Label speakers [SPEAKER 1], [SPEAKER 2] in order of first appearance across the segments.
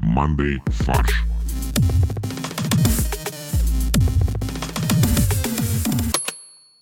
[SPEAKER 1] командой «Фарш».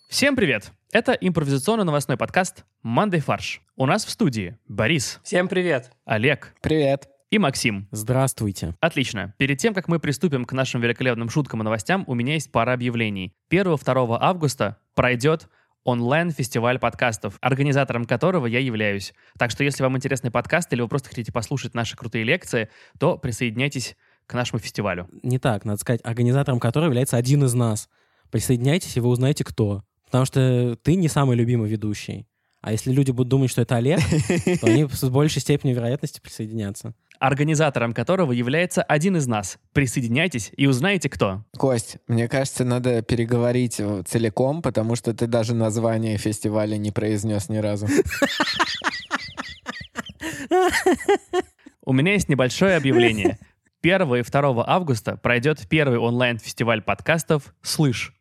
[SPEAKER 2] Всем привет! Это импровизационно-новостной подкаст «Мандай фарш». У нас в студии Борис,
[SPEAKER 3] Всем привет.
[SPEAKER 2] Олег
[SPEAKER 4] Привет.
[SPEAKER 2] и Максим.
[SPEAKER 4] Здравствуйте.
[SPEAKER 2] Отлично. Перед тем, как мы приступим к нашим великолепным шуткам и новостям, у меня есть пара объявлений. 1-2 августа пройдет онлайн-фестиваль подкастов, организатором которого я являюсь. Так что, если вам интересны подкасты или вы просто хотите послушать наши крутые лекции, то присоединяйтесь к нашему фестивалю.
[SPEAKER 4] Не так, надо сказать, организатором которого является один из нас. Присоединяйтесь, и вы узнаете, кто. Потому что ты не самый любимый ведущий. А если люди будут думать, что это Олег, то они с большей степенью вероятности присоединятся.
[SPEAKER 2] Организатором которого является один из нас. Присоединяйтесь и узнаете, кто.
[SPEAKER 5] Кость, мне кажется, надо переговорить э, целиком, потому что ты даже название фестиваля не произнес ни разу.
[SPEAKER 2] У меня есть небольшое объявление. 1 и 2 августа пройдет первый онлайн-фестиваль подкастов «Слышь».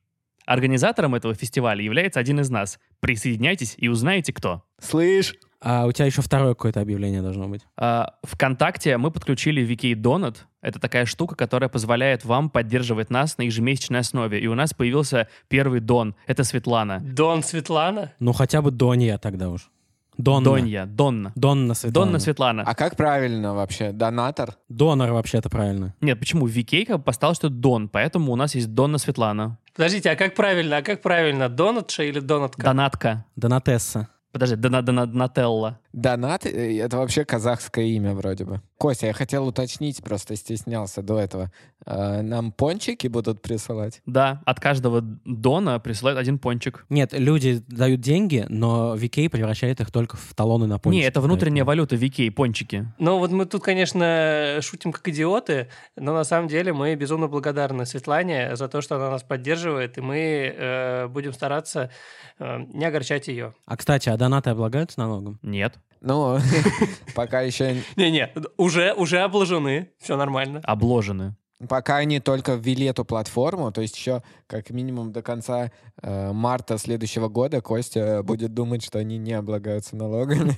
[SPEAKER 2] Организатором этого фестиваля является один из нас. Присоединяйтесь и узнаете, кто.
[SPEAKER 5] Слышь?
[SPEAKER 4] А у тебя еще второе какое-то объявление должно быть.
[SPEAKER 2] А, Вконтакте мы подключили Вики Донат. Это такая штука, которая позволяет вам поддерживать нас на ежемесячной основе. И у нас появился первый Дон. Это Светлана.
[SPEAKER 3] Дон Светлана.
[SPEAKER 4] Ну, хотя бы Донья тогда уж. Донна.
[SPEAKER 2] Донья. Донна.
[SPEAKER 4] Донна Светлана.
[SPEAKER 2] Донна Светлана.
[SPEAKER 5] А как правильно вообще? Донатор?
[SPEAKER 4] Донор вообще-то правильно.
[SPEAKER 2] Нет, почему? Вики как бы поставил, что Дон, поэтому у нас есть Донна Светлана.
[SPEAKER 3] Подождите, а как правильно? А как правильно? Донатша или донатка?
[SPEAKER 2] Донатка.
[SPEAKER 4] Донатесса.
[SPEAKER 2] Подожди, Дона- Дона- Донателла.
[SPEAKER 5] Донат — это вообще казахское имя вроде бы. Костя, я хотел уточнить, просто стеснялся до этого. Э, Нам пончики будут присылать?
[SPEAKER 2] Да, от каждого дона присылают один пончик.
[SPEAKER 4] Нет, люди дают деньги, но VK превращает их только в талоны на пончики.
[SPEAKER 2] Не, это внутренняя
[SPEAKER 4] Поэтому-
[SPEAKER 2] валюта Вики, пончики.
[SPEAKER 3] Ну вот мы тут, конечно, шутим как идиоты, но на самом деле мы безумно благодарны Светлане за то, что она нас поддерживает, и мы э, будем стараться э, не огорчать ее.
[SPEAKER 4] А, кстати, а донаты облагаются налогом?
[SPEAKER 2] Нет,
[SPEAKER 5] Ну, пока еще...
[SPEAKER 3] Не-не, уже, уже обложены, все нормально.
[SPEAKER 2] обложены.
[SPEAKER 5] Пока они только ввели эту платформу, то есть еще как минимум до конца э, марта следующего года Костя э, будет думать, что они не облагаются налогами.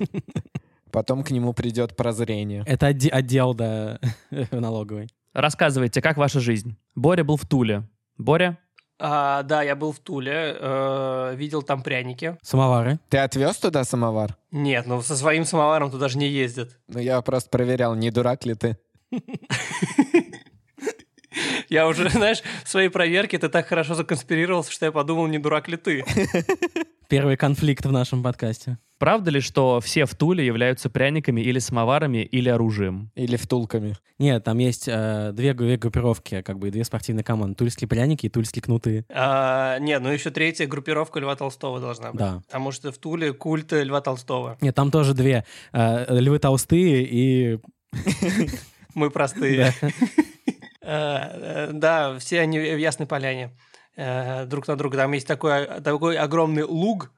[SPEAKER 5] Потом к нему придет прозрение.
[SPEAKER 4] Это отде- отдел, да, налоговый.
[SPEAKER 2] Рассказывайте, как ваша жизнь. Боря был в Туле. Боря?
[SPEAKER 3] А, да, я был в Туле, э, видел там пряники.
[SPEAKER 4] Самовары.
[SPEAKER 5] Ты отвез туда самовар?
[SPEAKER 3] Нет, ну со своим самоваром туда же не ездят.
[SPEAKER 5] Ну, я просто проверял, не дурак ли ты.
[SPEAKER 3] Я уже, знаешь, в своей проверке ты так хорошо законспирировался, что я подумал, не дурак ли ты.
[SPEAKER 4] Первый конфликт в нашем подкасте.
[SPEAKER 2] Правда ли, что все в Туле являются пряниками или самоварами, или оружием?
[SPEAKER 5] Или втулками.
[SPEAKER 4] Нет, там есть э, две, две группировки, как бы две спортивные команды. Тульские пряники и тульские кнуты.
[SPEAKER 3] А, не, ну еще третья группировка Льва Толстого должна быть.
[SPEAKER 4] Да.
[SPEAKER 3] Потому что в Туле культ Льва Толстого.
[SPEAKER 4] Нет, там тоже две. Э, львы толстые и...
[SPEAKER 3] Мы простые. Э, э, Да, все они в Ясной Поляне э, друг на друга. Там есть такой, такой огромный луг,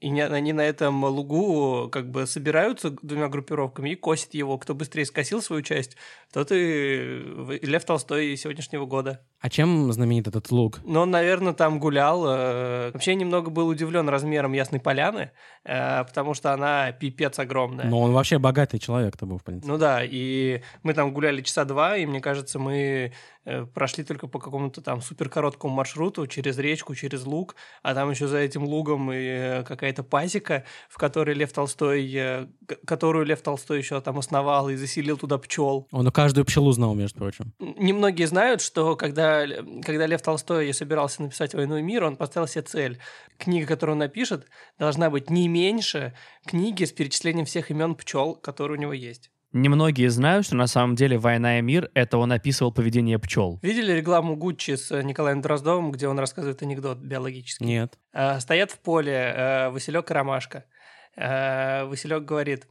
[SPEAKER 3] и не- они на этом лугу как бы собираются двумя группировками и косят его. Кто быстрее скосил свою часть, тот и в- Лев Толстой сегодняшнего года.
[SPEAKER 4] А чем знаменит этот лук?
[SPEAKER 3] Но он, наверное, там гулял. э, Вообще, я немного был удивлен размером Ясной Поляны, э, потому что она пипец огромная.
[SPEAKER 4] Ну, он вообще богатый человек-то был, в принципе.
[SPEAKER 3] Ну да, и мы там гуляли часа два, и мне кажется, мы э, прошли только по какому-то там суперкороткому маршруту, через речку, через луг, а там еще за этим лугом и э, какая-то пасека, в которой Лев Толстой, э, к- которую Лев Толстой еще там основал и заселил туда пчел.
[SPEAKER 4] Он каждую пчелу знал, между прочим.
[SPEAKER 3] Немногие знают, что когда, когда Лев Толстой собирался написать «Войну и мир», он поставил себе цель. Книга, которую он напишет, должна быть не меньше книги с перечислением всех имен пчел, которые у него есть.
[SPEAKER 2] Немногие знают, что на самом деле «Война и мир» — это он описывал поведение пчел.
[SPEAKER 3] Видели рекламу Гуччи с э, Николаем Дроздовым, где он рассказывает анекдот биологический?
[SPEAKER 4] Нет.
[SPEAKER 3] А, Стоят в поле э, Василек и Ромашка. Э, Василек говорит,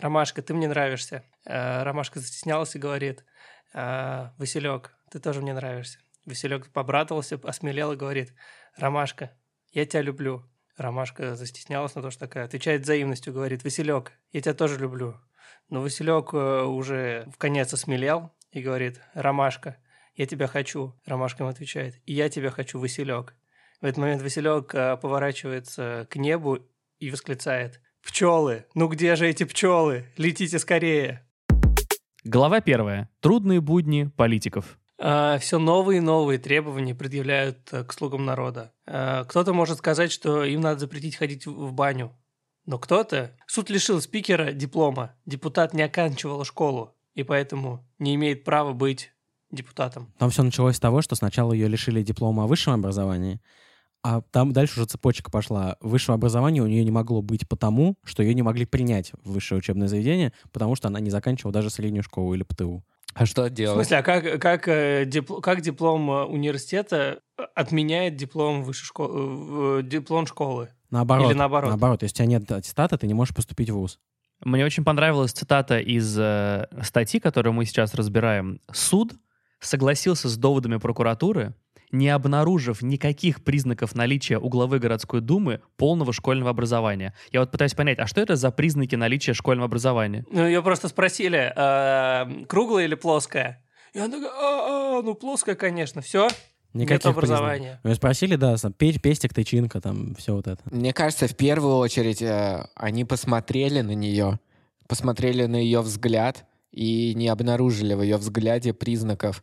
[SPEAKER 3] Ромашка, ты мне нравишься. Э, Ромашка застеснялась и говорит, «А, Василек, ты тоже мне нравишься. Василек побратался, осмелел и говорит, Ромашка, я тебя люблю. Ромашка застеснялась на то, что такая, отвечает взаимностью, говорит, Василек, я тебя тоже люблю. Но Василек э, уже в конец осмелел и говорит, Ромашка, я тебя хочу. Ромашка ему отвечает, и я тебя хочу, Василек. В этот момент Василек э, поворачивается к небу и восклицает. «Пчелы! Ну где же эти пчелы? Летите скорее!»
[SPEAKER 2] Глава первая. Трудные будни политиков.
[SPEAKER 3] все А, новые и новые требования предъявляют э, к слугам народа. Э, кто-то может сказать, что им надо запретить ходить в- в баню. Но кто-то... Суд лишил спикера диплома. Депутат не оканчивал школу и поэтому не имеет права быть депутатом.
[SPEAKER 4] Там все началось с того, что сначала ее лишили диплома о высшем образовании, а там дальше уже цепочка пошла. Высшего образования у нее не могло быть потому, что ее не могли принять в высшее учебное заведение, потому что она не заканчивала даже среднюю школу или ПТУ.
[SPEAKER 5] А что
[SPEAKER 3] В
[SPEAKER 5] делать?
[SPEAKER 3] смысле, а как, как, э, дипл- как диплом э, университета э, отменяет диплом, высшей школы, э, диплом школы?
[SPEAKER 4] Наоборот.
[SPEAKER 3] Или наоборот.
[SPEAKER 4] Наоборот. Если у тебя нет аттестата, ты не можешь поступить в ВУЗ.
[SPEAKER 2] Мне очень понравилась цитата из э, статьи, которую мы сейчас разбираем. Суд согласился с доводами прокуратуры, не обнаружив никаких признаков наличия у главы городской думы полного школьного образования. Я вот пытаюсь понять, а что это за признаки наличия школьного образования?
[SPEAKER 3] Ну, ее просто спросили, э, круглая или плоская? И она такая, «А, а, ну плоская, конечно, все.
[SPEAKER 4] Никаких признаков.
[SPEAKER 3] образования.
[SPEAKER 4] Меня спросили, да, сам, пе- пестик, тычинка, там, все вот это.
[SPEAKER 5] Мне кажется, в первую очередь э, они посмотрели на нее, посмотрели на ее взгляд и не обнаружили в ее взгляде признаков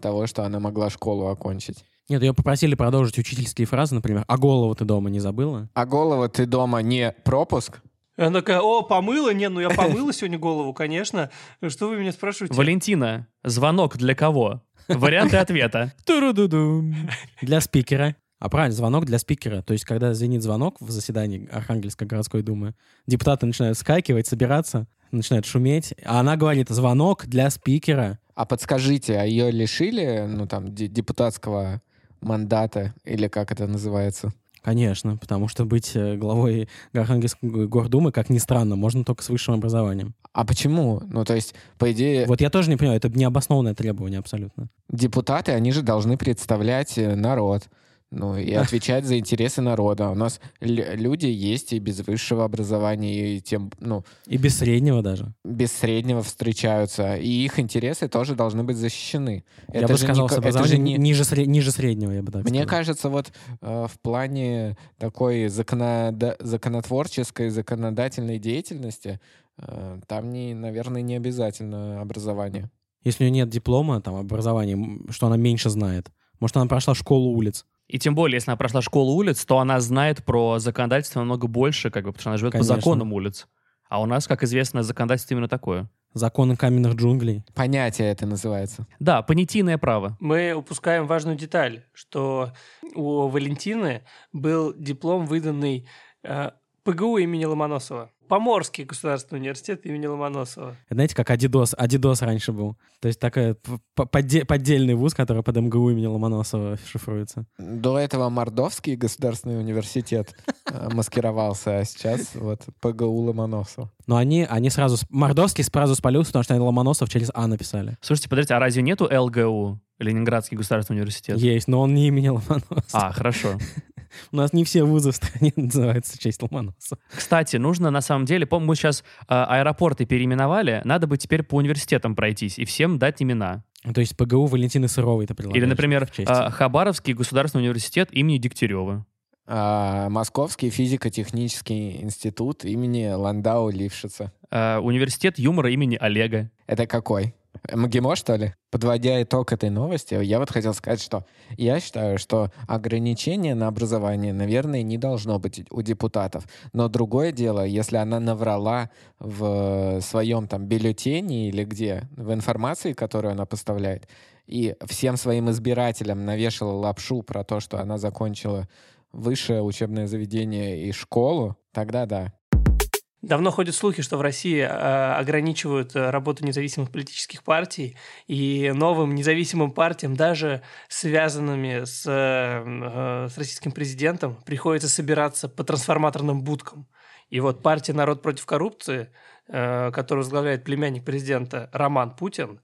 [SPEAKER 5] того, что она могла школу окончить.
[SPEAKER 4] Нет, ее попросили продолжить учительские фразы, например, «А голову ты дома не забыла?»
[SPEAKER 5] А голова ты дома не пропуск?
[SPEAKER 3] И она такая, о, помыла? Не, ну я помыла сегодня голову, конечно. Что вы меня спрашиваете?
[SPEAKER 2] Валентина, звонок для кого? Варианты ответа.
[SPEAKER 4] Ту-ру-ду-дум. Для спикера. А правильно, звонок для спикера. То есть, когда звенит звонок в заседании Архангельской городской думы, депутаты начинают скакивать, собираться, начинают шуметь, а она говорит «звонок для спикера».
[SPEAKER 5] А подскажите, а ее лишили, ну там, де- депутатского мандата, или как это называется?
[SPEAKER 4] Конечно, потому что быть э, главой Архангельской г- гордумы, как ни странно, можно только с высшим образованием.
[SPEAKER 5] А почему? Ну, то есть, по идее,
[SPEAKER 4] Вот я тоже не понимаю, это необоснованное требование абсолютно.
[SPEAKER 5] депутаты, они же должны представлять э, народ. Ну, и отвечать за интересы народа. А У нас лю- люди есть и без высшего образования, и тем, ну,
[SPEAKER 4] И без среднего даже.
[SPEAKER 5] без среднего встречаются. И их интересы тоже должны быть защищены.
[SPEAKER 4] я бы
[SPEAKER 5] же
[SPEAKER 4] сказал,
[SPEAKER 5] не
[SPEAKER 4] с
[SPEAKER 5] ко- это же
[SPEAKER 4] образованием
[SPEAKER 5] не-
[SPEAKER 4] ниже, сре- ниже среднего, я бы так
[SPEAKER 5] Мне
[SPEAKER 4] сказал.
[SPEAKER 5] кажется, вот э, в плане такой законода- законотворческой, законодательной деятельности э, там, не, наверное, не обязательно образование.
[SPEAKER 4] Если у нее нет диплома, там, образования, м, что она меньше знает. Может, она прошла школу улиц.
[SPEAKER 2] И тем более, если она прошла школу улиц, то она знает про законодательство намного больше, как бы, потому что она живет
[SPEAKER 4] Конечно.
[SPEAKER 2] по законам улиц. А у нас, как известно, законодательство именно такое.
[SPEAKER 4] Законы каменных джунглей.
[SPEAKER 5] Понятие это называется.
[SPEAKER 2] Да, понятийное право.
[SPEAKER 3] Мы упускаем важную деталь, что у Валентины был диплом, выданный э, ПГУ имени Ломоносова. Поморский государственный университет имени Ломоносова.
[SPEAKER 4] Это, Знаете, как Адидос, Адидос раньше был. То есть такой п- п- подде- поддельный вуз, который под МГУ имени Ломоносова шифруется.
[SPEAKER 5] До этого Мордовский государственный университет э, маскировался, а сейчас вот ПГУ Ломоносова.
[SPEAKER 4] Но они, они сразу... с- Мордовский сразу спалился, потому что они Ломоносов через А написали.
[SPEAKER 2] Слушайте, подождите, а разве нету ЛГУ, Ленинградский государственный университет?
[SPEAKER 4] Есть, но он не имени Ломоносова.
[SPEAKER 2] А, хорошо.
[SPEAKER 4] У нас не все вузы в стране называются в честь Ломоносова.
[SPEAKER 2] Кстати, нужно на самом деле, по-моему, мы сейчас э, аэропорты переименовали, надо бы теперь по университетам пройтись и всем дать имена.
[SPEAKER 4] То есть ПГУ Валентины Сыровой ты предлагаешь.
[SPEAKER 2] Или, например,
[SPEAKER 4] в честь.
[SPEAKER 2] э, Хабаровский государственный университет имени Дегтярева.
[SPEAKER 5] А, Московский физико-технический институт имени Ландау Лившица.
[SPEAKER 2] Э, университет юмора имени Олега.
[SPEAKER 5] Это какой? МГИМО, что ли? Подводя итог этой новости, я вот хотел сказать, что я считаю, что ограничение на образование, наверное, не должно быть у депутатов. Но другое дело, если она наврала в своем там бюллетене или где, в информации, которую она поставляет, и всем своим избирателям навешала лапшу про то, что она закончила высшее учебное заведение и школу, тогда да.
[SPEAKER 3] Давно ходят слухи, что в России э, ограничивают э, работу независимых политических партий и новым независимым партиям, даже связанными с, э, э, с российским президентом, приходится собираться по трансформаторным будкам. И вот партия «Народ против коррупции», э, которую возглавляет племянник президента Роман Путин,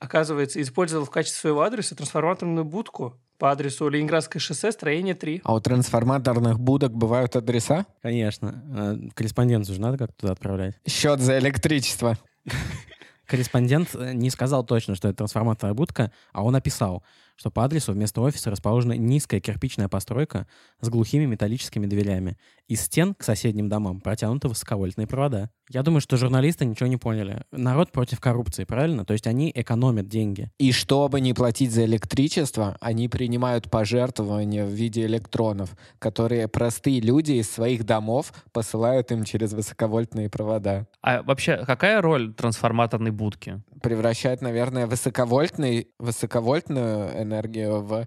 [SPEAKER 3] оказывается, использовал в качестве своего адреса трансформаторную будку по адресу Ленинградское шоссе, строение 3.
[SPEAKER 5] А у трансформаторных будок бывают адреса?
[SPEAKER 4] Конечно. Э, Корреспонденцию же надо как-то туда отправлять.
[SPEAKER 5] Счет за электричество.
[SPEAKER 4] Корреспондент э, не сказал точно, что это трансформаторная будка, а он описал, что по адресу вместо офиса расположена низкая кирпичная постройка с глухими металлическими дверями. Из стен к соседним домам протянуты высоковольтные провода. Я думаю, что журналисты ничего не поняли. Народ против коррупции, правильно? То есть они экономят деньги.
[SPEAKER 5] И чтобы не платить за электричество, они принимают пожертвования в виде электронов, которые простые люди из своих домов посылают им через высоковольтные провода.
[SPEAKER 2] А вообще, какая роль трансформаторной будки?
[SPEAKER 5] Превращают, наверное, высоковольтный, высоковольтную энергию в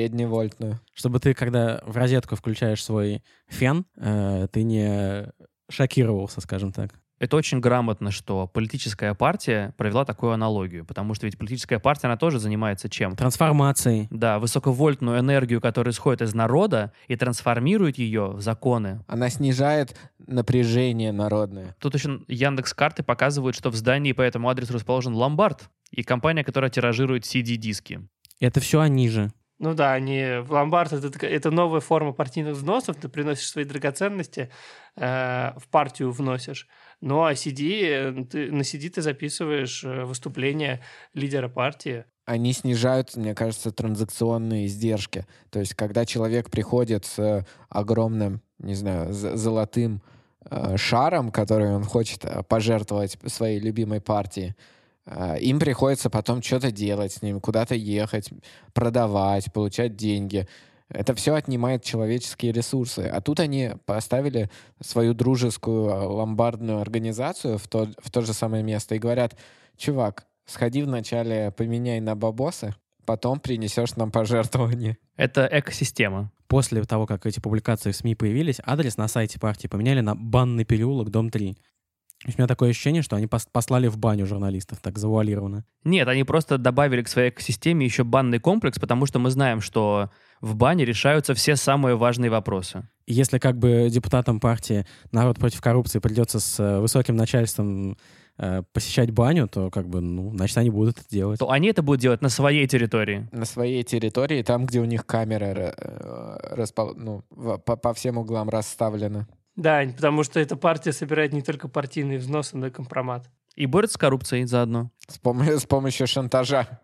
[SPEAKER 5] средневольтную.
[SPEAKER 4] Чтобы ты, когда в розетку включаешь свой фен, э, ты не шокировался, скажем так.
[SPEAKER 2] Это очень грамотно, что политическая партия провела такую аналогию, потому что ведь политическая партия, она тоже занимается чем?
[SPEAKER 4] Трансформацией.
[SPEAKER 2] Да, высоковольтную энергию, которая исходит из народа, и трансформирует ее в законы.
[SPEAKER 5] Она снижает напряжение народное.
[SPEAKER 2] Тут еще Яндекс карты показывают, что в здании по этому адресу расположен ломбард и компания, которая тиражирует CD-диски.
[SPEAKER 4] Это все они же.
[SPEAKER 3] Ну да, они в ломбард это, такая- это новая форма партийных взносов. Ты приносишь свои драгоценности, э, в партию вносишь. Ну а CD, э, ты, на CD ты записываешь э, выступление лидера партии.
[SPEAKER 5] они снижают, мне кажется, транзакционные издержки. То есть, когда человек приходит с э, огромным, не знаю, з- золотым э, шаром, который он хочет э, пожертвовать своей любимой партии, э, им приходится потом что-то делать с ним, куда-то ехать, продавать, получать деньги. Это все отнимает человеческие ресурсы. А тут они поставили свою дружескую э, ломбардную организацию в то, в то же самое место и говорят, чувак, сходи вначале поменяй на бабосы, потом принесешь нам пожертвования.
[SPEAKER 2] Это экосистема.
[SPEAKER 4] После того, как эти публикации в СМИ появились, адрес на сайте партии поменяли на «Банный переулок, дом 3». То есть у меня такое ощущение, что они пос- послали в баню журналистов, так завуалированно.
[SPEAKER 2] Нет, они просто добавили к своей экосистеме еще банный комплекс, потому что мы знаем, что в бане решаются все самые важные вопросы.
[SPEAKER 4] И если как бы депутатам партии «Народ против коррупции» придется с э, высоким начальством э, посещать баню, то как бы, ну, значит, они будут это делать.
[SPEAKER 2] То они это будут делать на своей территории.
[SPEAKER 5] На своей территории, там, где у них камеры э, распол- ну, в- по, по всем углам расставлены.
[SPEAKER 3] Да, потому что эта партия собирает не только партийные взносы, но и компромат.
[SPEAKER 2] И борются с коррупцией заодно.
[SPEAKER 5] С, пом- с помощью шантажа.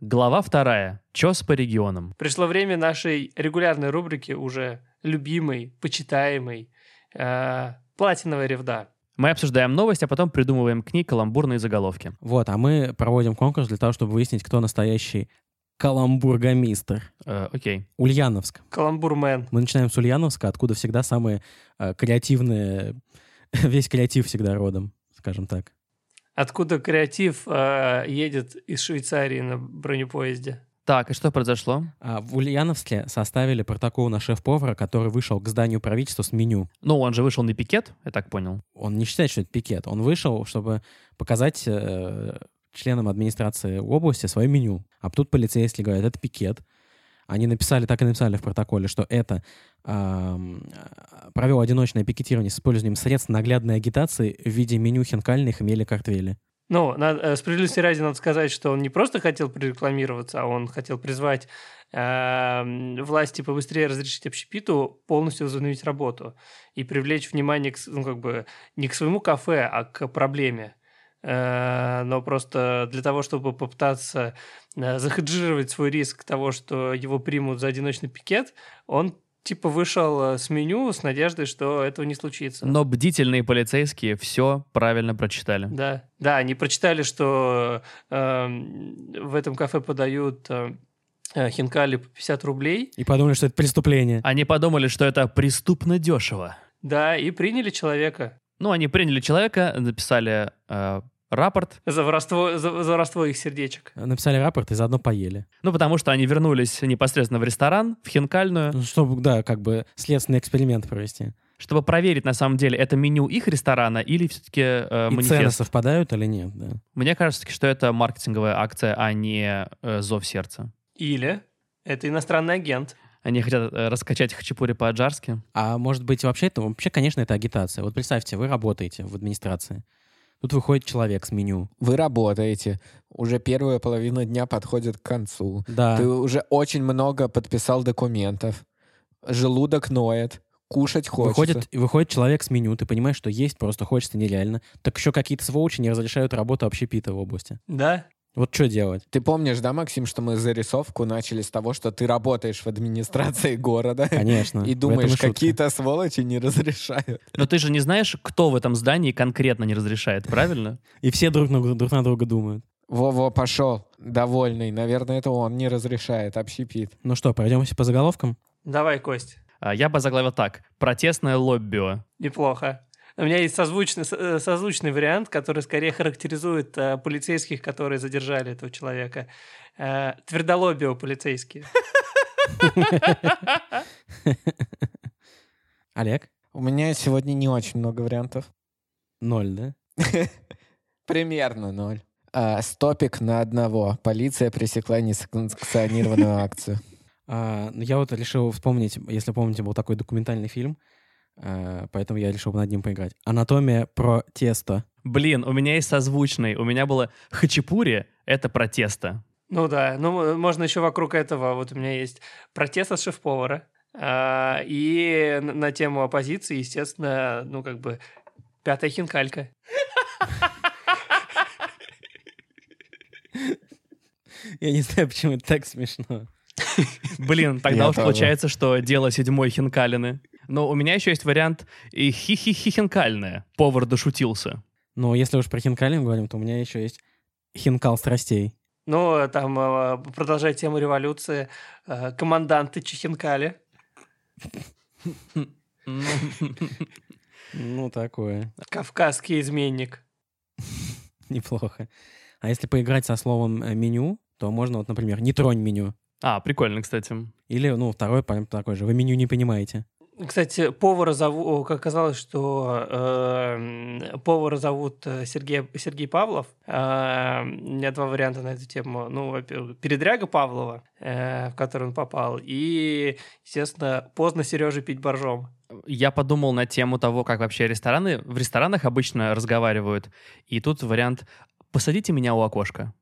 [SPEAKER 2] Глава вторая. Чес по регионам.
[SPEAKER 3] Пришло время нашей регулярной рубрики, уже любимой, почитаемой, э, «Платиновая ревда».
[SPEAKER 2] Мы обсуждаем новость, а потом придумываем к ней каламбурные заголовки.
[SPEAKER 4] Вот, а мы проводим конкурс для того, чтобы выяснить, кто настоящий каламбургомистр.
[SPEAKER 2] Э, окей.
[SPEAKER 4] Ульяновск.
[SPEAKER 3] «Каламбурмен».
[SPEAKER 4] Мы начинаем с Ульяновска, откуда всегда самые э, креативные... Весь креатив всегда родом, скажем так.
[SPEAKER 3] Откуда креатив э, едет из Швейцарии на бронепоезде?
[SPEAKER 2] Так, и что произошло?
[SPEAKER 4] А в Ульяновске составили протокол на шеф-повара, который вышел к зданию правительства с меню.
[SPEAKER 2] Ну, он же вышел на пикет, я так понял.
[SPEAKER 4] Он не считает, что это пикет. Он вышел, чтобы показать э, членам администрации области свое меню. А тут полицейские говорят, это пикет. Они написали, так и написали в протоколе, что это ам, э, провел одиночное пикетирование с использованием средств наглядной агитации в виде меню хинкальной хмели картвели.
[SPEAKER 3] Ну, на- э, справедливости ради надо сказать, что он не просто хотел прорекламироваться, а он хотел призвать э, м, власти побыстрее разрешить общепиту полностью возобновить работу и привлечь внимание, к, с- ну, как бы, не к своему кафе, а к проблеме. Э, но просто для того, чтобы попытаться э, захеджировать свой риск того, что его примут за одиночный пикет, он типа вышел э, с меню с надеждой, что этого не случится.
[SPEAKER 2] Но бдительные полицейские все правильно прочитали.
[SPEAKER 3] Да, да, они прочитали, что эм, в этом кафе подают э, э, хинкали по 50 рублей,
[SPEAKER 4] И подумали, что это преступление.
[SPEAKER 2] Они подумали, что это преступно дешево.
[SPEAKER 3] да, и приняли человека
[SPEAKER 2] Ну, они приняли человека, написали э, рапорт.
[SPEAKER 3] за воровство, за, за воровство их сердечек.
[SPEAKER 4] Написали рапорт и заодно поели.
[SPEAKER 2] Ну, потому что они вернулись непосредственно в ресторан, в хинкальную,
[SPEAKER 4] Ну, Чтобы, да, как бы следственный эксперимент провести.
[SPEAKER 2] чтобы проверить, на самом деле, это меню их ресторана или все-таки
[SPEAKER 5] А
[SPEAKER 4] и цены
[SPEAKER 2] манифест.
[SPEAKER 4] совпадают или нет, да.
[SPEAKER 2] Мне кажется, что это маркетинговая акция, а не э, зов сердца.
[SPEAKER 3] Или это иностранный агент.
[SPEAKER 2] Они хотят э, раскачать хачапури по-аджарски.
[SPEAKER 4] А может быть, вообще это вообще, конечно, это агитация. Вот представьте, вы работаете в администрации. Тут выходит человек с меню.
[SPEAKER 5] Вы работаете. Уже первая половина дня подходит к концу.
[SPEAKER 4] Да.
[SPEAKER 5] Ты уже очень много подписал документов. Желудок ноет. Кушать хочется.
[SPEAKER 4] Выходит, выходит человек с меню, ты понимаешь, что есть просто хочется нереально. Так еще какие-то сволочи не разрешают работу общепита в области.
[SPEAKER 3] Да?
[SPEAKER 4] Вот что делать?
[SPEAKER 5] Ты помнишь, да, Максим, что мы зарисовку начали с того, что ты работаешь в администрации города
[SPEAKER 4] Конечно.
[SPEAKER 5] и
[SPEAKER 4] в
[SPEAKER 5] думаешь,
[SPEAKER 4] этом и шутка.
[SPEAKER 5] какие-то сволочи не разрешают.
[SPEAKER 2] Но ты же не знаешь, кто в этом здании конкретно не разрешает, правильно?
[SPEAKER 4] И все друг на, друг на друга думают.
[SPEAKER 5] Во-во, пошел, довольный. Наверное, это он не разрешает, общепит.
[SPEAKER 4] Ну что, пройдемся по заголовкам?
[SPEAKER 3] Давай, Кость.
[SPEAKER 2] А, Я бы заглавил так. Протестное лоббио.
[SPEAKER 3] Неплохо. У меня есть созвучный, с- э, созвучный вариант, который скорее характеризует э, полицейских, которые задержали этого человека. Э, твердолобио полицейские.
[SPEAKER 4] Олег?
[SPEAKER 5] У меня сегодня не очень много вариантов.
[SPEAKER 4] Ноль, да?
[SPEAKER 5] Примерно ноль. А, стопик на одного. Полиция пресекла несанкционированную акцию.
[SPEAKER 4] А, ну, я вот решил вспомнить, если помните, был такой документальный фильм, а, поэтому я решил над ним поиграть. Анатомия про тесто.
[SPEAKER 2] Блин, у меня есть созвучный. У меня было хачапури — это протеста.
[SPEAKER 3] Ну да, ну м- можно еще вокруг этого. Вот у меня есть протест от шеф-повара. а, и н- на тему оппозиции, естественно, ну как бы пятая хинкалька.
[SPEAKER 4] Я не знаю, почему это так смешно.
[SPEAKER 2] Блин,
[SPEAKER 5] Я
[SPEAKER 2] тогда уж
[SPEAKER 5] тоже.
[SPEAKER 2] получается, что дело седьмой хинкалины. Но у меня еще есть вариант и хи-хи-хи хинкальное. Повар дошутился.
[SPEAKER 4] Но если уж про хинкалин говорим, то у меня еще есть хинкал страстей.
[SPEAKER 3] Ну, там, э, продолжая тему революции, э, команданты Чехинкали.
[SPEAKER 4] Ну, такое.
[SPEAKER 3] Кавказский изменник.
[SPEAKER 4] Неплохо. А если поиграть со словом э, меню, то можно вот, например, не тронь меню.
[SPEAKER 2] А, прикольно, кстати.
[SPEAKER 4] Или, ну, второй прям такой же. Вы меню не понимаете.
[SPEAKER 3] Кстати, повара зовут, как оказалось, что э, м, повара зовут э, Сергей, Сергей Павлов. Э, у меня два варианта на эту тему. Ну, во-первых, передряга Павлова, э, в который он попал, и, естественно, поздно Сереже пить боржом.
[SPEAKER 2] Я подумал на тему того, как вообще рестораны в ресторанах обычно разговаривают. И тут вариант «посадите меня у окошка».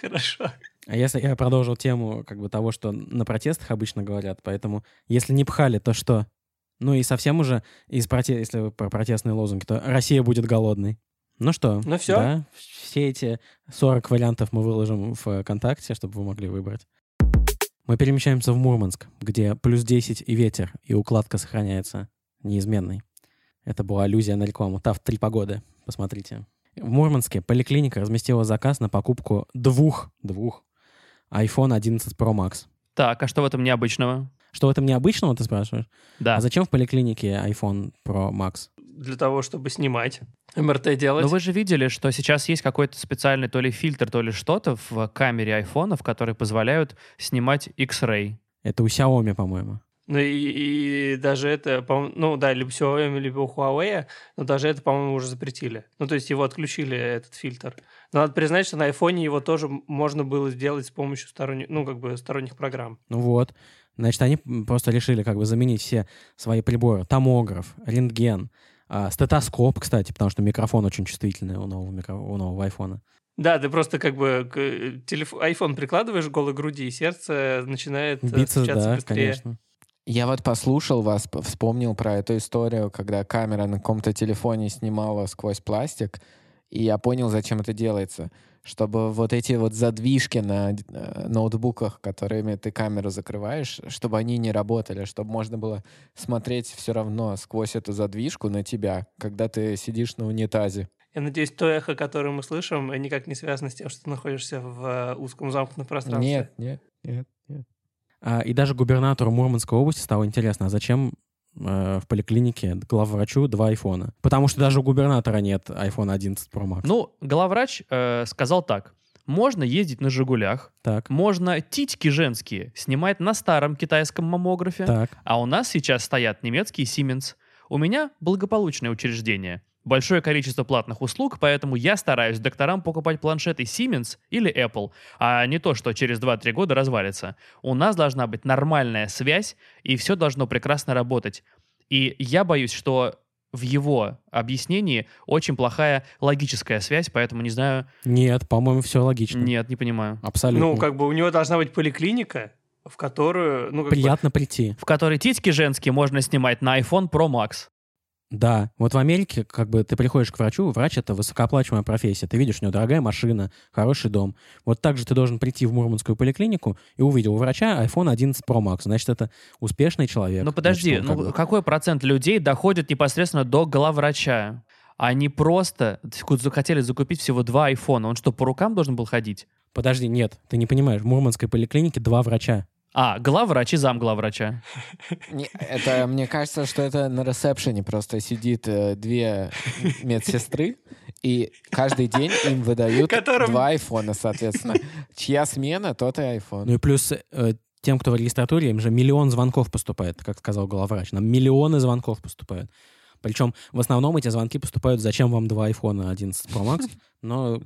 [SPEAKER 3] Хорошо.
[SPEAKER 4] А если я продолжил тему как бы того, что на протестах обычно говорят, поэтому если не пхали, то что? Ну и совсем уже, из проте... если вы про протестные лозунги, то Россия будет голодной. Ну что?
[SPEAKER 3] Ну всё.
[SPEAKER 4] Да, все эти 40 вариантов мы выложим в ВКонтакте, чтобы вы могли выбрать. Мы перемещаемся в Мурманск, где плюс 10 и ветер, и укладка сохраняется неизменной. Это была аллюзия на рекламу. Та в три погоды. Посмотрите. В Мурманске поликлиника разместила заказ на покупку двух, двух iPhone 11 Pro Max.
[SPEAKER 2] Так, а что в этом необычного?
[SPEAKER 4] Что в этом необычного, ты спрашиваешь?
[SPEAKER 2] Да.
[SPEAKER 4] А зачем в поликлинике iPhone Pro Max?
[SPEAKER 3] Для того, чтобы снимать, МРТ делать.
[SPEAKER 2] Но вы же видели, что сейчас есть какой-то специальный то ли фильтр, то ли что-то в камере айфонов, которые позволяют снимать X-Ray.
[SPEAKER 4] Это у Xiaomi, по-моему.
[SPEAKER 3] Ну и, и даже это, по-моему, ну да, либо Xiaomi, либо у Huawei, но даже это, по-моему, уже запретили. Ну то есть его отключили, этот фильтр. Но надо признать, что на айфоне его тоже м- можно было сделать с помощью сторонних, ну как бы сторонних программ.
[SPEAKER 4] Ну вот. Значит, они м, просто решили как бы заменить все свои приборы. Томограф, рентген, а, стетоскоп, кстати, потому что микрофон очень чувствительный у нового, микро- у нового айфона.
[SPEAKER 3] Да, ты просто как бы к, э, телеф- iPhone прикладываешь к голой груди, и сердце начинает э,
[SPEAKER 4] Биться,
[SPEAKER 3] стучаться
[SPEAKER 4] да,
[SPEAKER 3] быстрее.
[SPEAKER 4] конечно.
[SPEAKER 5] Я вот послушал вас, п- вспомнил про эту историю, когда камера на каком-то телефоне снимала сквозь пластик, и я понял, зачем это делается. Чтобы вот эти вот задвижки на д- э, ноутбуках, которыми ты камеру закрываешь, чтобы они не работали, чтобы можно было смотреть все равно сквозь эту задвижку на тебя, когда ты сидишь на унитазе.
[SPEAKER 3] Я надеюсь, то эхо, которое мы слышим, э, никак не связано с тем, что ты находишься в э, узком замкнутом пространстве.
[SPEAKER 5] Нет, нет, нет, нет.
[SPEAKER 4] А, и даже губернатору Мурманской области стало интересно, а зачем э, в поликлинике главврачу два айфона? Потому что даже у губернатора нет iPhone 11 Pro Max.
[SPEAKER 2] Ну, главврач э, сказал так. Можно ездить на «Жигулях»,
[SPEAKER 4] так,
[SPEAKER 2] можно титьки женские снимать на старом китайском маммографе,
[SPEAKER 4] так.
[SPEAKER 2] а у нас сейчас стоят немецкие «Сименс». У меня благополучное учреждение. Большое количество платных услуг, поэтому я стараюсь докторам покупать планшеты Siemens или Apple, а не то, что через 2-3 года развалится. У нас должна быть нормальная связь, и все должно прекрасно работать. И я боюсь, что в его объяснении очень плохая логическая связь, поэтому не знаю...
[SPEAKER 4] Нет, по-моему, все логично.
[SPEAKER 2] Нет, не понимаю.
[SPEAKER 4] Абсолютно.
[SPEAKER 3] Ну, как бы у него должна быть поликлиника, в которую, ну, как бы,
[SPEAKER 4] Приятно прийти.
[SPEAKER 2] В которой титьки женские можно снимать на iPhone Pro Max.
[SPEAKER 4] Да, вот в Америке, как бы, ты приходишь к врачу, врач — это высокооплачиваемая профессия. Ты видишь, у него дорогая машина, хороший дом. Вот так же ты должен прийти в Мурманскую поликлинику и увидел у врача iPhone 11 Pro Max. Значит, это успешный человек.
[SPEAKER 2] Ну подожди,
[SPEAKER 4] Значит, он как
[SPEAKER 2] ну
[SPEAKER 4] бы-
[SPEAKER 2] какой процент людей доходит непосредственно до главврача? Они просто ку- захотели закупить всего два айфона. Он что, по рукам должен был ходить?
[SPEAKER 4] Подожди, нет, ты не понимаешь. В Мурманской поликлинике два врача.
[SPEAKER 2] А, главврач и замглавврача.
[SPEAKER 5] Не, Это, мне кажется, что это на ресепшене просто сидит э, две медсестры, и каждый день им выдают
[SPEAKER 3] Которым-
[SPEAKER 5] два айфона, соответственно. Чья смена, тот и айфон.
[SPEAKER 4] Ну и плюс э, тем, кто в регистратуре, им же миллион звонков поступает, как сказал главврач. Нам миллионы звонков поступают. Причем в основном эти звонки поступают «Зачем вам два iPhone 11 Pro Max?» Но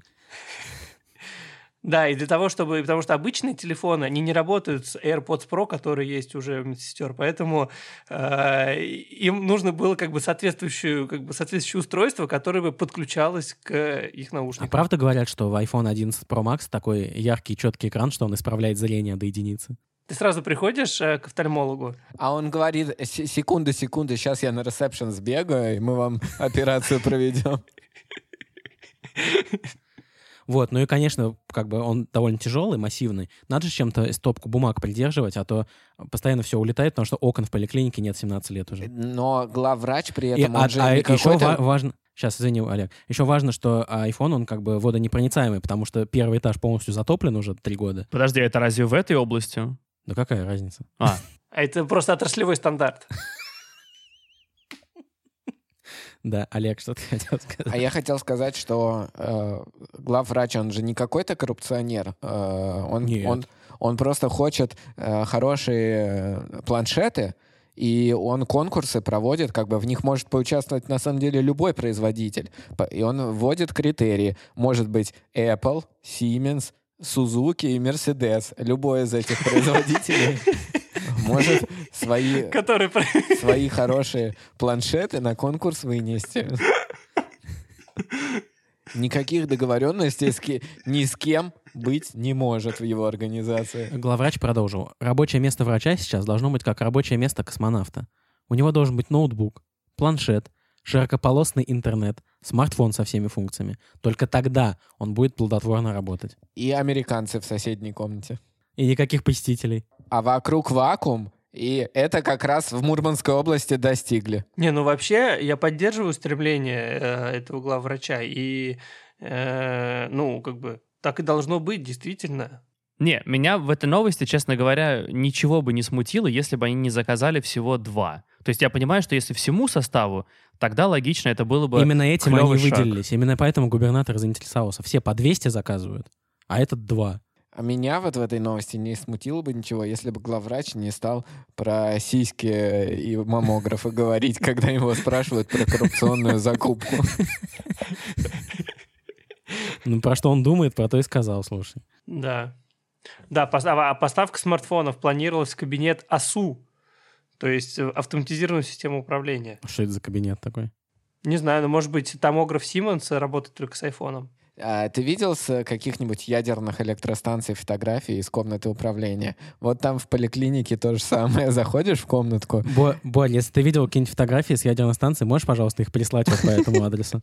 [SPEAKER 3] Да, и для того, чтобы... Потому что обычные телефоны, они не работают с AirPods Pro, которые есть уже у медсестер, поэтому э, им нужно было как бы, соответствующее, как бы соответствующее устройство, которое бы подключалось к их
[SPEAKER 4] А
[SPEAKER 3] наушникам.
[SPEAKER 4] правда говорят, что в iPhone 11 Pro Max такой яркий, четкий экран, что он исправляет зрение до единицы?
[SPEAKER 3] Ты сразу приходишь э, к офтальмологу,
[SPEAKER 5] А он говорит, «Се- секунду, секунду, сейчас я на ресепшен сбегаю, и мы вам операцию проведем.
[SPEAKER 4] Вот, ну и, конечно, как бы он довольно тяжелый, массивный. Надо же чем-то стопку бумаг придерживать, а то постоянно все улетает, потому что окон в поликлинике нет 17 лет уже.
[SPEAKER 5] Но главврач при
[SPEAKER 4] И,
[SPEAKER 5] этом,
[SPEAKER 4] а-
[SPEAKER 5] он же
[SPEAKER 4] а
[SPEAKER 5] не
[SPEAKER 4] еще
[SPEAKER 5] какой-то-
[SPEAKER 4] ва- важно... Сейчас, извини, Олег. Еще важно, что а, iPhone, он как бы водонепроницаемый, потому что первый этаж полностью затоплен уже три года.
[SPEAKER 2] Подожди, а это разве в этой области?
[SPEAKER 4] Да какая разница?
[SPEAKER 3] а это просто отраслевой стандарт.
[SPEAKER 4] Да, Олег, что ты хотел сказать?
[SPEAKER 5] А я хотел сказать, что э, главврач, он же не какой-то коррупционер. Э, он,
[SPEAKER 4] Нет.
[SPEAKER 5] он, он просто хочет э, хорошие э, планшеты, и он конкурсы проводит, как бы в них может поучаствовать на самом деле любой производитель. П- И он вводит критерии. Может быть Apple, Siemens, Suzuki и Mercedes. Любой из этих производителей может свои,
[SPEAKER 3] который... про-
[SPEAKER 5] свои хорошие планшеты на конкурс вынести. Никаких договоренностей с ки- ни с кем быть не может в его организации.
[SPEAKER 4] Главврач продолжил. Рабочее место врача сейчас должно быть как рабочее место космонавта. У него должен быть ноутбук, планшет, широкополосный интернет, смартфон со всеми функциями. Только тогда он будет плодотворно работать.
[SPEAKER 5] И американцы в соседней комнате.
[SPEAKER 4] И никаких посетителей.
[SPEAKER 5] А вокруг вакуум, и это как раз в Мурманской области достигли.
[SPEAKER 3] Не, ну вообще, я поддерживаю стремление э, этого главврача, и, э, ну, как бы, так и должно быть, действительно.
[SPEAKER 2] Не, меня в этой новости, честно говоря, ничего бы не смутило, если бы они не заказали всего два. То есть я понимаю, что если всему составу, тогда логично это было бы...
[SPEAKER 4] Именно этим они
[SPEAKER 2] клёвый шаг.
[SPEAKER 4] выделились. Именно поэтому губернатор заинтересовался. Все по 200 заказывают, а этот два.
[SPEAKER 5] А меня вот в этой новости не смутило бы ничего, если бы главврач не стал про сиськи и маммографы говорить, когда его спрашивают про коррупционную закупку.
[SPEAKER 4] Ну, про что он думает, про то и сказал, слушай.
[SPEAKER 3] Да. Да, пос- а а поставка смартфонов планировалась в кабинет АСУ, то есть э, автоматизированную систему управления.
[SPEAKER 4] А Что это за кабинет такой?
[SPEAKER 3] Не знаю, ну, может быть, томограф Siemens работает только с айфоном.
[SPEAKER 5] А ты видел с каких-нибудь ядерных электростанций фотографии из комнаты управления? Вот там в поликлинике то же самое. Заходишь в комнатку,
[SPEAKER 4] Бо- Борь, если ты видел какие-нибудь фотографии с ядерной станции, можешь, пожалуйста, их прислать вот по этому адресу?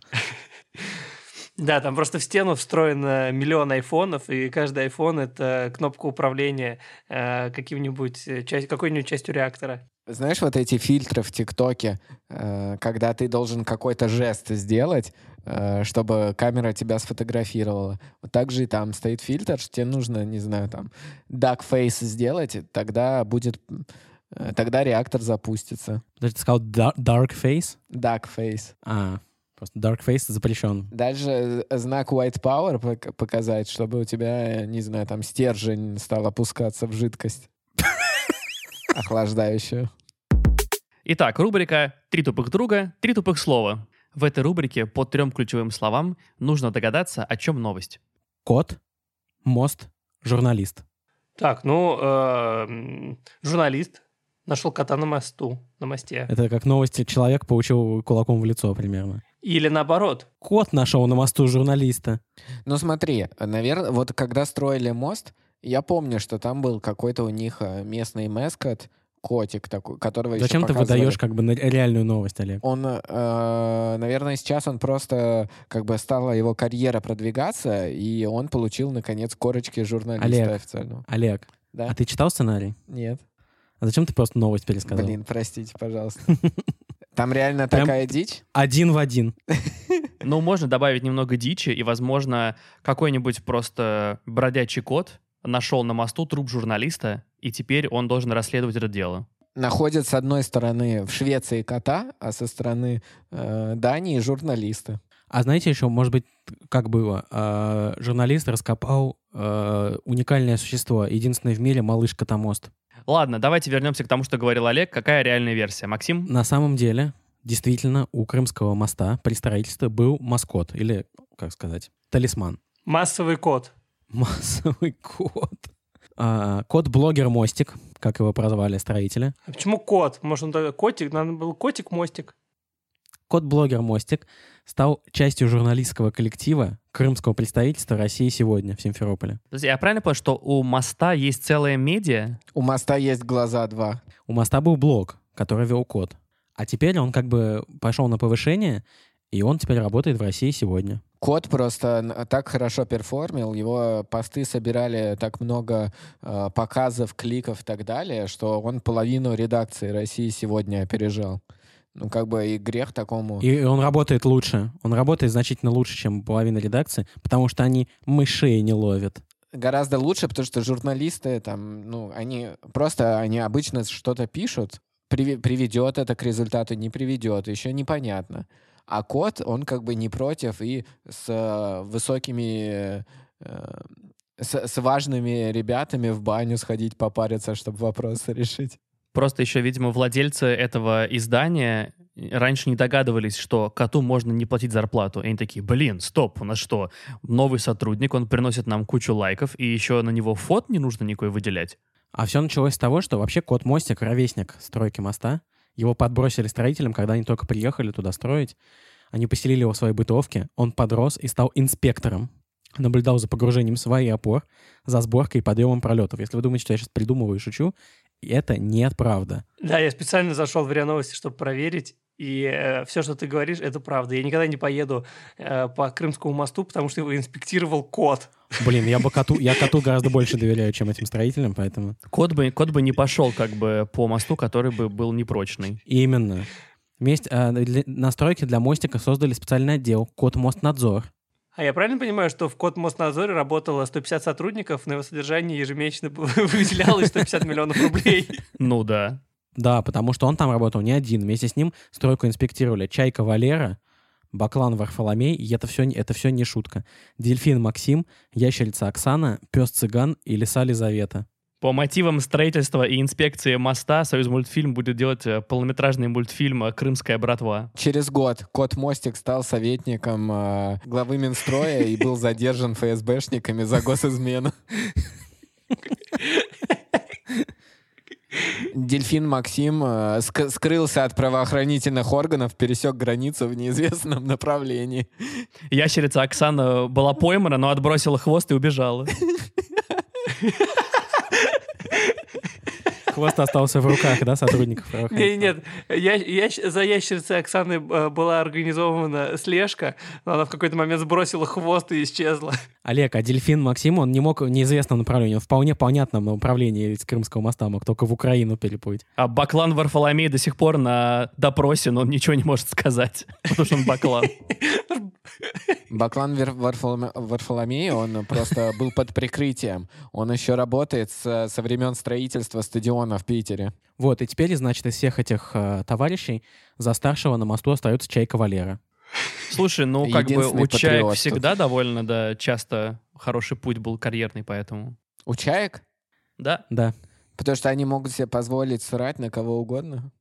[SPEAKER 3] Да, там просто в стену встроено миллион айфонов, и каждый айфон — это кнопка управления э, каким-нибудь, э, часть, какой-нибудь частью реактора.
[SPEAKER 5] знаешь, вот эти фильтры в ТикТоке, э, когда ты должен какой-то жест сделать, э, чтобы камера тебя сфотографировала. Вот так же и там стоит фильтр, что тебе нужно, не знаю, там, duckface сделать, и тогда будет... э, Тогда реактор запустится.
[SPEAKER 4] Подожди, ты сказал да- Dark Face?
[SPEAKER 5] Duckface.
[SPEAKER 4] А, просто Dark Face запрещен.
[SPEAKER 5] Даже э, знак white power пок- показать, чтобы у тебя, э, не знаю, там стержень стал опускаться в жидкость. Охлаждающую.
[SPEAKER 2] Итак, рубрика «Три тупых друга, три тупых слова». В этой рубрике по трем ключевым словам нужно догадаться, о чем новость.
[SPEAKER 4] Кот, мост, журналист.
[SPEAKER 3] Так, ну, э, м, журналист нашел кота на мосту, на мосте.
[SPEAKER 4] Это как новости человек получил кулаком в лицо примерно.
[SPEAKER 3] Или наоборот.
[SPEAKER 4] Кот нашел на мосту журналиста.
[SPEAKER 5] Ну смотри, наверное, вот когда строили мост, я помню, что там был какой-то у них э, местный маскот, котик такой, которого еще
[SPEAKER 4] Зачем ты
[SPEAKER 5] показывали.
[SPEAKER 4] выдаешь как бы на- реальную новость, Олег?
[SPEAKER 5] Он, э, наверное, сейчас он просто как бы стала его карьера продвигаться, и он получил наконец корочки журналиста
[SPEAKER 4] Олег.
[SPEAKER 5] официального.
[SPEAKER 4] Олег,
[SPEAKER 5] Да?
[SPEAKER 4] а ты читал сценарий?
[SPEAKER 5] Нет.
[SPEAKER 4] А зачем ты просто новость пересказал?
[SPEAKER 5] Блин, простите, пожалуйста. Там реально
[SPEAKER 4] Прям-
[SPEAKER 5] такая дичь.
[SPEAKER 4] Один в один.
[SPEAKER 2] Ну, можно добавить немного дичи, и, возможно, какой-нибудь просто бродячий кот нашел на мосту труп журналиста, и теперь он должен расследовать это дело.
[SPEAKER 5] Находят с одной стороны в Швеции кота, а со стороны э, Дании журналиста.
[SPEAKER 4] А знаете еще, может быть, как было? А, журналист раскопал а, уникальное существо, единственное в мире малышка Тамост.
[SPEAKER 2] Ладно, давайте вернемся к тому, что говорил Олег. Какая реальная версия? Максим?
[SPEAKER 4] На самом деле, действительно, у Крымского моста при строительстве был маскот, или, как сказать, талисман.
[SPEAKER 3] Массовый код.
[SPEAKER 4] Массовый кот. А, Кот-блогер Мостик, как его прозвали строители.
[SPEAKER 3] А почему кот? Может, он тогда котик? Надо было котик-мостик.
[SPEAKER 4] Кот-блогер Мостик стал частью журналистского коллектива Крымского представительства России сегодня в Симферополе.
[SPEAKER 2] Подожди, Я правильно понял, что у моста есть целая медиа?
[SPEAKER 5] У моста есть глаза два.
[SPEAKER 4] У моста был блог, который вел код. А теперь он как бы пошел на повышение, и он теперь работает в России сегодня.
[SPEAKER 5] Кот просто н- так хорошо перформил, его посты собирали так много э, показов, кликов и так далее, что он половину редакции России сегодня опережал. Ну, как бы и грех такому.
[SPEAKER 4] И он работает лучше. Он работает значительно лучше, чем половина редакции, потому что они мышей не ловят.
[SPEAKER 5] Гораздо лучше, потому что журналисты там, ну, они просто, они обычно что-то пишут, Приви- приведет это к результату, не приведет, еще непонятно. А кот, он как бы не против и с э, высокими, э, с, с важными ребятами в баню сходить попариться, чтобы вопросы решить.
[SPEAKER 2] Просто еще, видимо, владельцы этого издания раньше не догадывались, что коту можно не платить зарплату. И они такие, блин, стоп, у нас что, новый сотрудник, он приносит нам кучу лайков, и еще на него фот не нужно никакой выделять?
[SPEAKER 4] А все началось с того, что вообще кот Мостик ровесник стройки моста. Его подбросили строителям, когда они только приехали туда строить. Они поселили его в своей бытовке. Он подрос и стал инспектором. Наблюдал за погружением своих опор, за сборкой и подъемом пролетов. Если вы думаете, что я сейчас придумываю и шучу, это нет правда.
[SPEAKER 3] Да, я специально зашел в РИА Новости, чтобы проверить. И все, что ты говоришь, это правда. Я никогда не поеду э, по Крымскому мосту, потому что его инспектировал кот.
[SPEAKER 4] Блин, я бы коту, я коту гораздо больше доверяю, чем этим строителям, поэтому...
[SPEAKER 2] Кот бы, кот бы не пошел как бы по мосту, который бы был непрочный.
[SPEAKER 4] Именно. Месть, э, для- на стройке для мостика создали специальный отдел «Кот-мост-надзор»,
[SPEAKER 3] А я правильно понимаю, что в кот Моснадзоре работало 150 сотрудников, на его содержание ежемесячно выделялось 150 миллионов рублей?
[SPEAKER 2] Ну да.
[SPEAKER 4] Да, потому что он там работал не один. Вместе с ним стройку инспектировали Чайка Валера, Баклан Варфоломей, и это все, это все не шутка. Дельфин Максим, Ящерица Оксана, Пес Цыган и Лиса Лизавета.
[SPEAKER 2] По мотивам строительства и инспекции моста Союз мультфильм будет делать э, полнометражный мультфильм э, «Крымская братва».
[SPEAKER 5] Через год кот Мостик стал советником э, главы Минстроя и был задержан ФСБшниками за госизмену. Дельфин Максим э, ск- скрылся от правоохранительных органов, пересек границу в неизвестном направлении.
[SPEAKER 2] Ящерица Оксана была поймана, но отбросила хвост и убежала.
[SPEAKER 4] Хвост остался в руках, да, сотрудников
[SPEAKER 3] Нет,
[SPEAKER 4] правоохранительных?
[SPEAKER 3] нет, я, я- за ящерицей Оксаны э, была организована слежка, но она в какой-то момент сбросила хвост и исчезла.
[SPEAKER 4] Олег, а Дельфин Максим, он не мог в неизвестном направлении, он в вполне понятном направлении из Крымского моста мог только в Украину переплыть.
[SPEAKER 2] А Баклан Варфоломей до сих пор на допросе, но он ничего не может сказать, потому что он Баклан.
[SPEAKER 5] Баклан Вер- Варфоломе- Варфоломей, он просто был под прикрытием. Он еще работает с- со времен строительства стадиона в Питере.
[SPEAKER 4] Вот, и теперь, значит, из всех этих э, товарищей за старшего на мосту остается Чайка Валера.
[SPEAKER 2] Слушай, ну как бы
[SPEAKER 5] Единственный
[SPEAKER 2] у чаек
[SPEAKER 5] патриот
[SPEAKER 2] всегда довольно, да, часто хороший путь был карьерный, поэтому...
[SPEAKER 5] У чаек?
[SPEAKER 2] Да,
[SPEAKER 4] Да.
[SPEAKER 5] Потому что они могут себе позволить срать на кого угодно.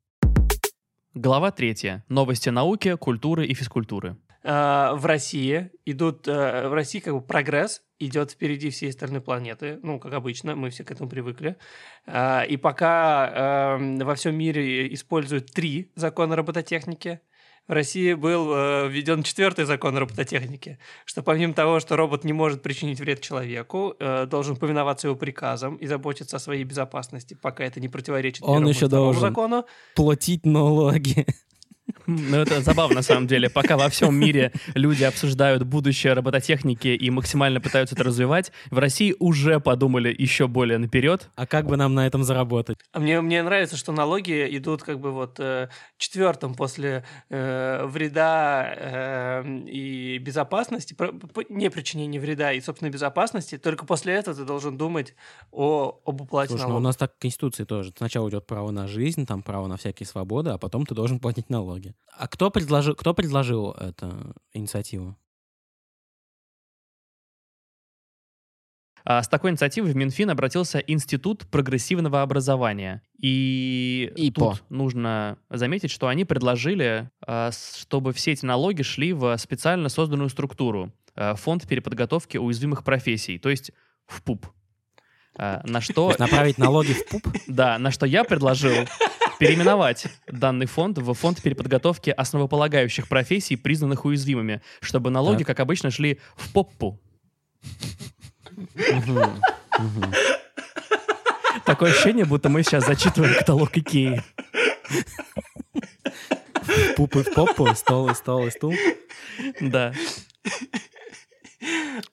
[SPEAKER 2] Глава третья. Новости науки, культуры и физкультуры.
[SPEAKER 3] Э, В России идут, э, в России как бы прогресс идет впереди всей остальной планеты, ну, как обычно, мы все к этому привыкли. Э, эм, И пока э, во всем мире используют три закона робототехники, в России был э, введен четвертый закон робототехники, что помимо того, что робот не может причинить вред человеку, э, должен повиноваться его приказам и заботиться о своей безопасности, пока это не противоречит
[SPEAKER 4] Он
[SPEAKER 3] первому и
[SPEAKER 4] еще
[SPEAKER 3] второму
[SPEAKER 4] должен.
[SPEAKER 3] закону.
[SPEAKER 4] Платить налоги.
[SPEAKER 2] Ну, это забавно, на самом деле. Пока во всем мире люди обсуждают будущее робототехники и максимально пытаются это развивать, в России уже подумали еще более наперед.
[SPEAKER 4] А как бы нам на этом заработать?
[SPEAKER 3] А мне, мне нравится, что налоги идут как бы вот э, четвертым после э, вреда э, и безопасности, про- п- не причинения вреда и, собственно, безопасности. Только после этого ты должен думать о, об уплате
[SPEAKER 4] Слушай, ну у
[SPEAKER 3] налогов.
[SPEAKER 4] нас так в Конституции тоже. Сначала идет право на жизнь, там право на всякие свободы, а потом ты должен платить налоги. А кто предложил, кто предложил эту инициативу?
[SPEAKER 2] А с такой инициативой в Минфин обратился Институт прогрессивного образования. И
[SPEAKER 5] ИПО.
[SPEAKER 2] тут нужно заметить, что они предложили, а, с- чтобы все эти налоги шли в специально созданную структуру а, Фонд переподготовки уязвимых профессий, то есть в ПУП. А, На
[SPEAKER 4] То
[SPEAKER 2] что
[SPEAKER 4] есть направить налоги в пуп?
[SPEAKER 2] Да, на что я предложил переименовать данный фонд в фонд переподготовки основополагающих профессий, признанных уязвимыми, чтобы налоги, как обычно, шли в поппу.
[SPEAKER 4] Мгм. Мгм.
[SPEAKER 2] Такое ощущение, будто мы сейчас зачитываем каталог Икеи.
[SPEAKER 4] В Пуп и в попу, стол и стол и стул.
[SPEAKER 2] Да.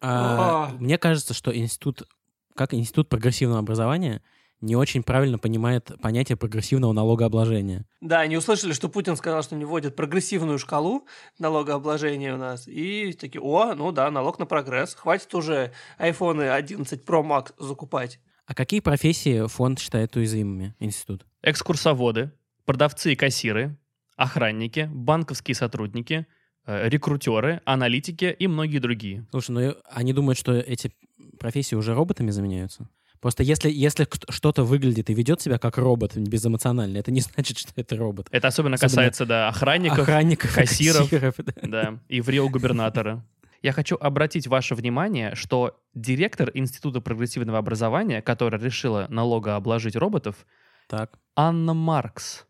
[SPEAKER 4] А,
[SPEAKER 3] О.
[SPEAKER 4] Мне кажется, что институт, как институт прогрессивного образования, не очень правильно понимает понятие прогрессивного налогообложения.
[SPEAKER 3] Да, они услышали, что Путин сказал, что не вводит прогрессивную шкалу налогообложения у нас. И такие, о, ну да, налог на прогресс. Хватит уже айфоны 11 Pro Max закупать.
[SPEAKER 4] А какие профессии фонд считает уязвимыми, институт?
[SPEAKER 2] Экскурсоводы, продавцы и кассиры, охранники, банковские сотрудники, э, рекрутеры, аналитики и многие другие.
[SPEAKER 4] Слушай, ну и они думают, что эти профессии уже роботами заменяются? Просто если, если кто- что-то выглядит и ведет себя как робот безэмоционально, это не значит, что это робот.
[SPEAKER 2] Это особенно
[SPEAKER 4] Особенно
[SPEAKER 2] касается, да, охранников,
[SPEAKER 4] Охранников,
[SPEAKER 2] кассиров.
[SPEAKER 4] да.
[SPEAKER 2] Да, и в Рио губернатора. Я хочу обратить ваше внимание, что директор Института прогрессивного образования, которая решила налогообложить роботов,
[SPEAKER 4] Так.
[SPEAKER 2] Анна Маркс,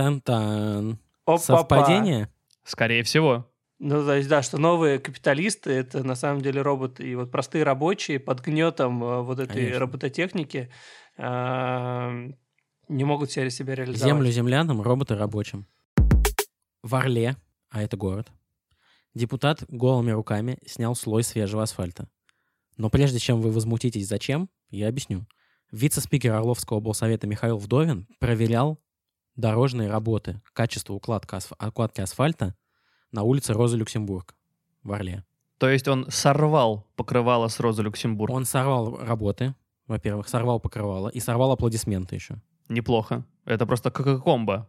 [SPEAKER 4] Тан-тан-тан.
[SPEAKER 3] Опа-па.
[SPEAKER 4] Совпадение?
[SPEAKER 2] скорее всего.
[SPEAKER 3] Ну, то есть, да, что новые капиталисты — это на самом деле роботы, и вот простые рабочие под гнетом э, вот этой
[SPEAKER 4] Конечно.
[SPEAKER 3] робототехники э, не могут себя, себя реализовать.
[SPEAKER 4] Землю землянам, роботы рабочим. В Орле, а это город, депутат голыми руками снял слой свежего асфальта. Но прежде чем вы возмутитесь, зачем, я объясню. Вице-спикер Орловского облсовета Михаил Вдовин проверял дорожные работы, качество укладка асф- укладки асфальта на улице Розы Люксембург в Орле.
[SPEAKER 2] То есть он сорвал покрывало с Розы Люксембург.
[SPEAKER 4] Он сорвал работы, во-первых, сорвал покрывало и сорвал аплодисменты еще.
[SPEAKER 2] Неплохо. Это просто кока-комбо.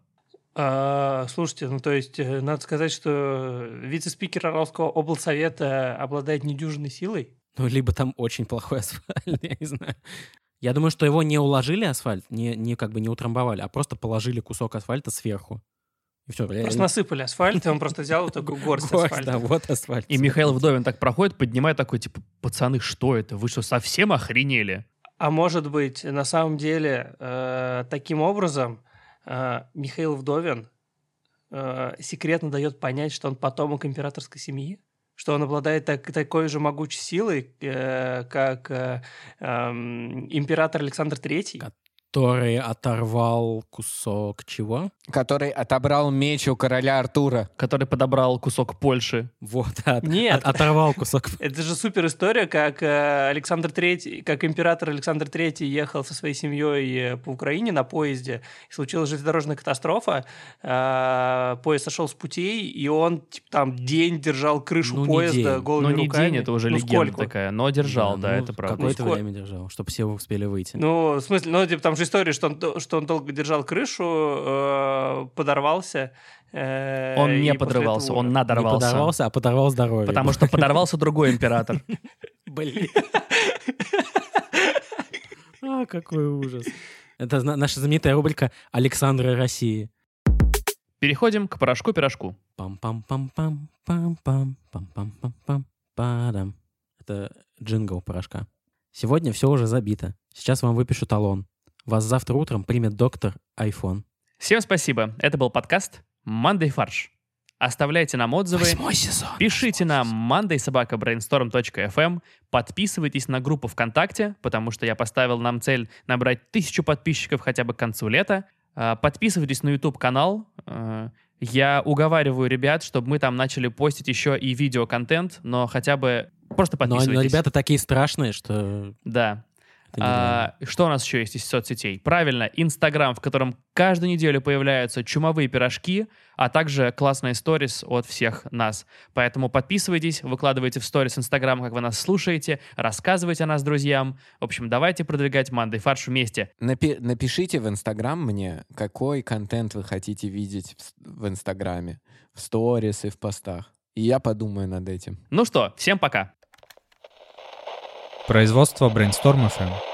[SPEAKER 3] А, слушайте, ну, то есть, э, надо сказать, что вице-спикер Орловского облсовета обладает недюжинной силой.
[SPEAKER 4] Ну, либо там очень плохой асфальт, я не знаю. Я думаю, что его не уложили асфальт, не, не как бы не утрамбовали, а просто положили кусок асфальта сверху. И все,
[SPEAKER 3] Просто насыпали асфальт, и он просто взял вот такую горсть
[SPEAKER 4] да,
[SPEAKER 3] асфальта.
[SPEAKER 4] вот асфальт.
[SPEAKER 2] И Михаил Вдовин так проходит, поднимает такой, типа, пацаны, что это? Вы что, совсем охренели?
[SPEAKER 3] А может быть, на самом деле, э, таким образом э, Михаил Вдовин э, секретно дает понять, что он потомок императорской семьи, что он обладает так- такой же могучей силой, э, как э, эм, император Александр III.
[SPEAKER 4] Который оторвал кусок чего?
[SPEAKER 5] Который отобрал меч у короля Артура.
[SPEAKER 2] Который подобрал кусок Польши.
[SPEAKER 4] Вот, от-
[SPEAKER 3] Нет.
[SPEAKER 4] от- оторвал кусок.
[SPEAKER 3] Это же супер история, как э, Александр III, как император Александр III ехал со своей семьей э, по Украине на поезде, и случилась железнодорожная катастрофа, э, поезд сошел с путей, и он типа, там день держал крышу
[SPEAKER 4] Ну, не
[SPEAKER 3] поезда
[SPEAKER 4] день.
[SPEAKER 2] Но
[SPEAKER 3] голыми
[SPEAKER 2] не
[SPEAKER 3] руками.
[SPEAKER 2] день, это уже
[SPEAKER 3] ну,
[SPEAKER 2] легенда
[SPEAKER 3] сколько?
[SPEAKER 2] такая. Но держал, да,
[SPEAKER 4] ну,
[SPEAKER 2] это правда.
[SPEAKER 4] Какое-то
[SPEAKER 3] Ну, сколько?
[SPEAKER 4] время держал, чтобы все успели выйти.
[SPEAKER 3] Ну, в смысле, ну, типа, там же история, что он, до- что он долго держал крышу, э, подорвался. э,
[SPEAKER 2] Он
[SPEAKER 3] и
[SPEAKER 2] не
[SPEAKER 3] после
[SPEAKER 2] подорвался,
[SPEAKER 3] этого
[SPEAKER 2] он
[SPEAKER 4] не
[SPEAKER 2] надорвался.
[SPEAKER 4] подорвался, а подорвал здоровье.
[SPEAKER 2] Потому что подорвался другой император.
[SPEAKER 4] Блин. А, какой ужас. Это зна- наша знаменитая рубрика «Александры России».
[SPEAKER 2] Переходим к порошку-пирожку.
[SPEAKER 4] Пам-пам-пам-пам, пам-пам, пам-пам-пам-пам, падам. Это джингл порошка. Сегодня все уже забито. Сейчас вам выпишу талон. Вас завтра утром примет доктор iPhone.
[SPEAKER 2] Всем спасибо. Это был подкаст «Мандай фарш». Оставляйте нам отзывы.
[SPEAKER 4] Восьмой сезон.
[SPEAKER 2] Пишите нам mondaysobakabrainstorm.fm, эм». подписывайтесь на группу ВКонтакте, потому что я поставил нам цель набрать тысячу подписчиков хотя бы к концу лета. А, Подписывайтесь на YouTube-канал. Э, Я уговариваю ребят, чтобы мы там начали постить еще и видеоконтент, но хотя бы просто
[SPEAKER 4] Но,
[SPEAKER 2] подписывайтесь.
[SPEAKER 4] но ребята такие страшные, что...
[SPEAKER 2] Да.
[SPEAKER 4] это нереально.
[SPEAKER 2] А, что у нас еще есть из соцсетей? Правильно, Инстаграм, в котором каждую неделю появляются чумовые пирожки, а также классные сторис от всех нас. Поэтому подписывайтесь, выкладывайте в сторис Инстаграм, как вы нас слушаете, рассказывайте о нас друзьям. В общем, давайте продвигать Мандай Фарш вместе.
[SPEAKER 5] Напи- напишите в Инстаграм мне, какой контент вы хотите видеть в с- в Инстаграме, в сторис и в постах. И я подумаю над этим.
[SPEAKER 2] Ну что, всем пока!
[SPEAKER 1] Производство Brainstorm FM.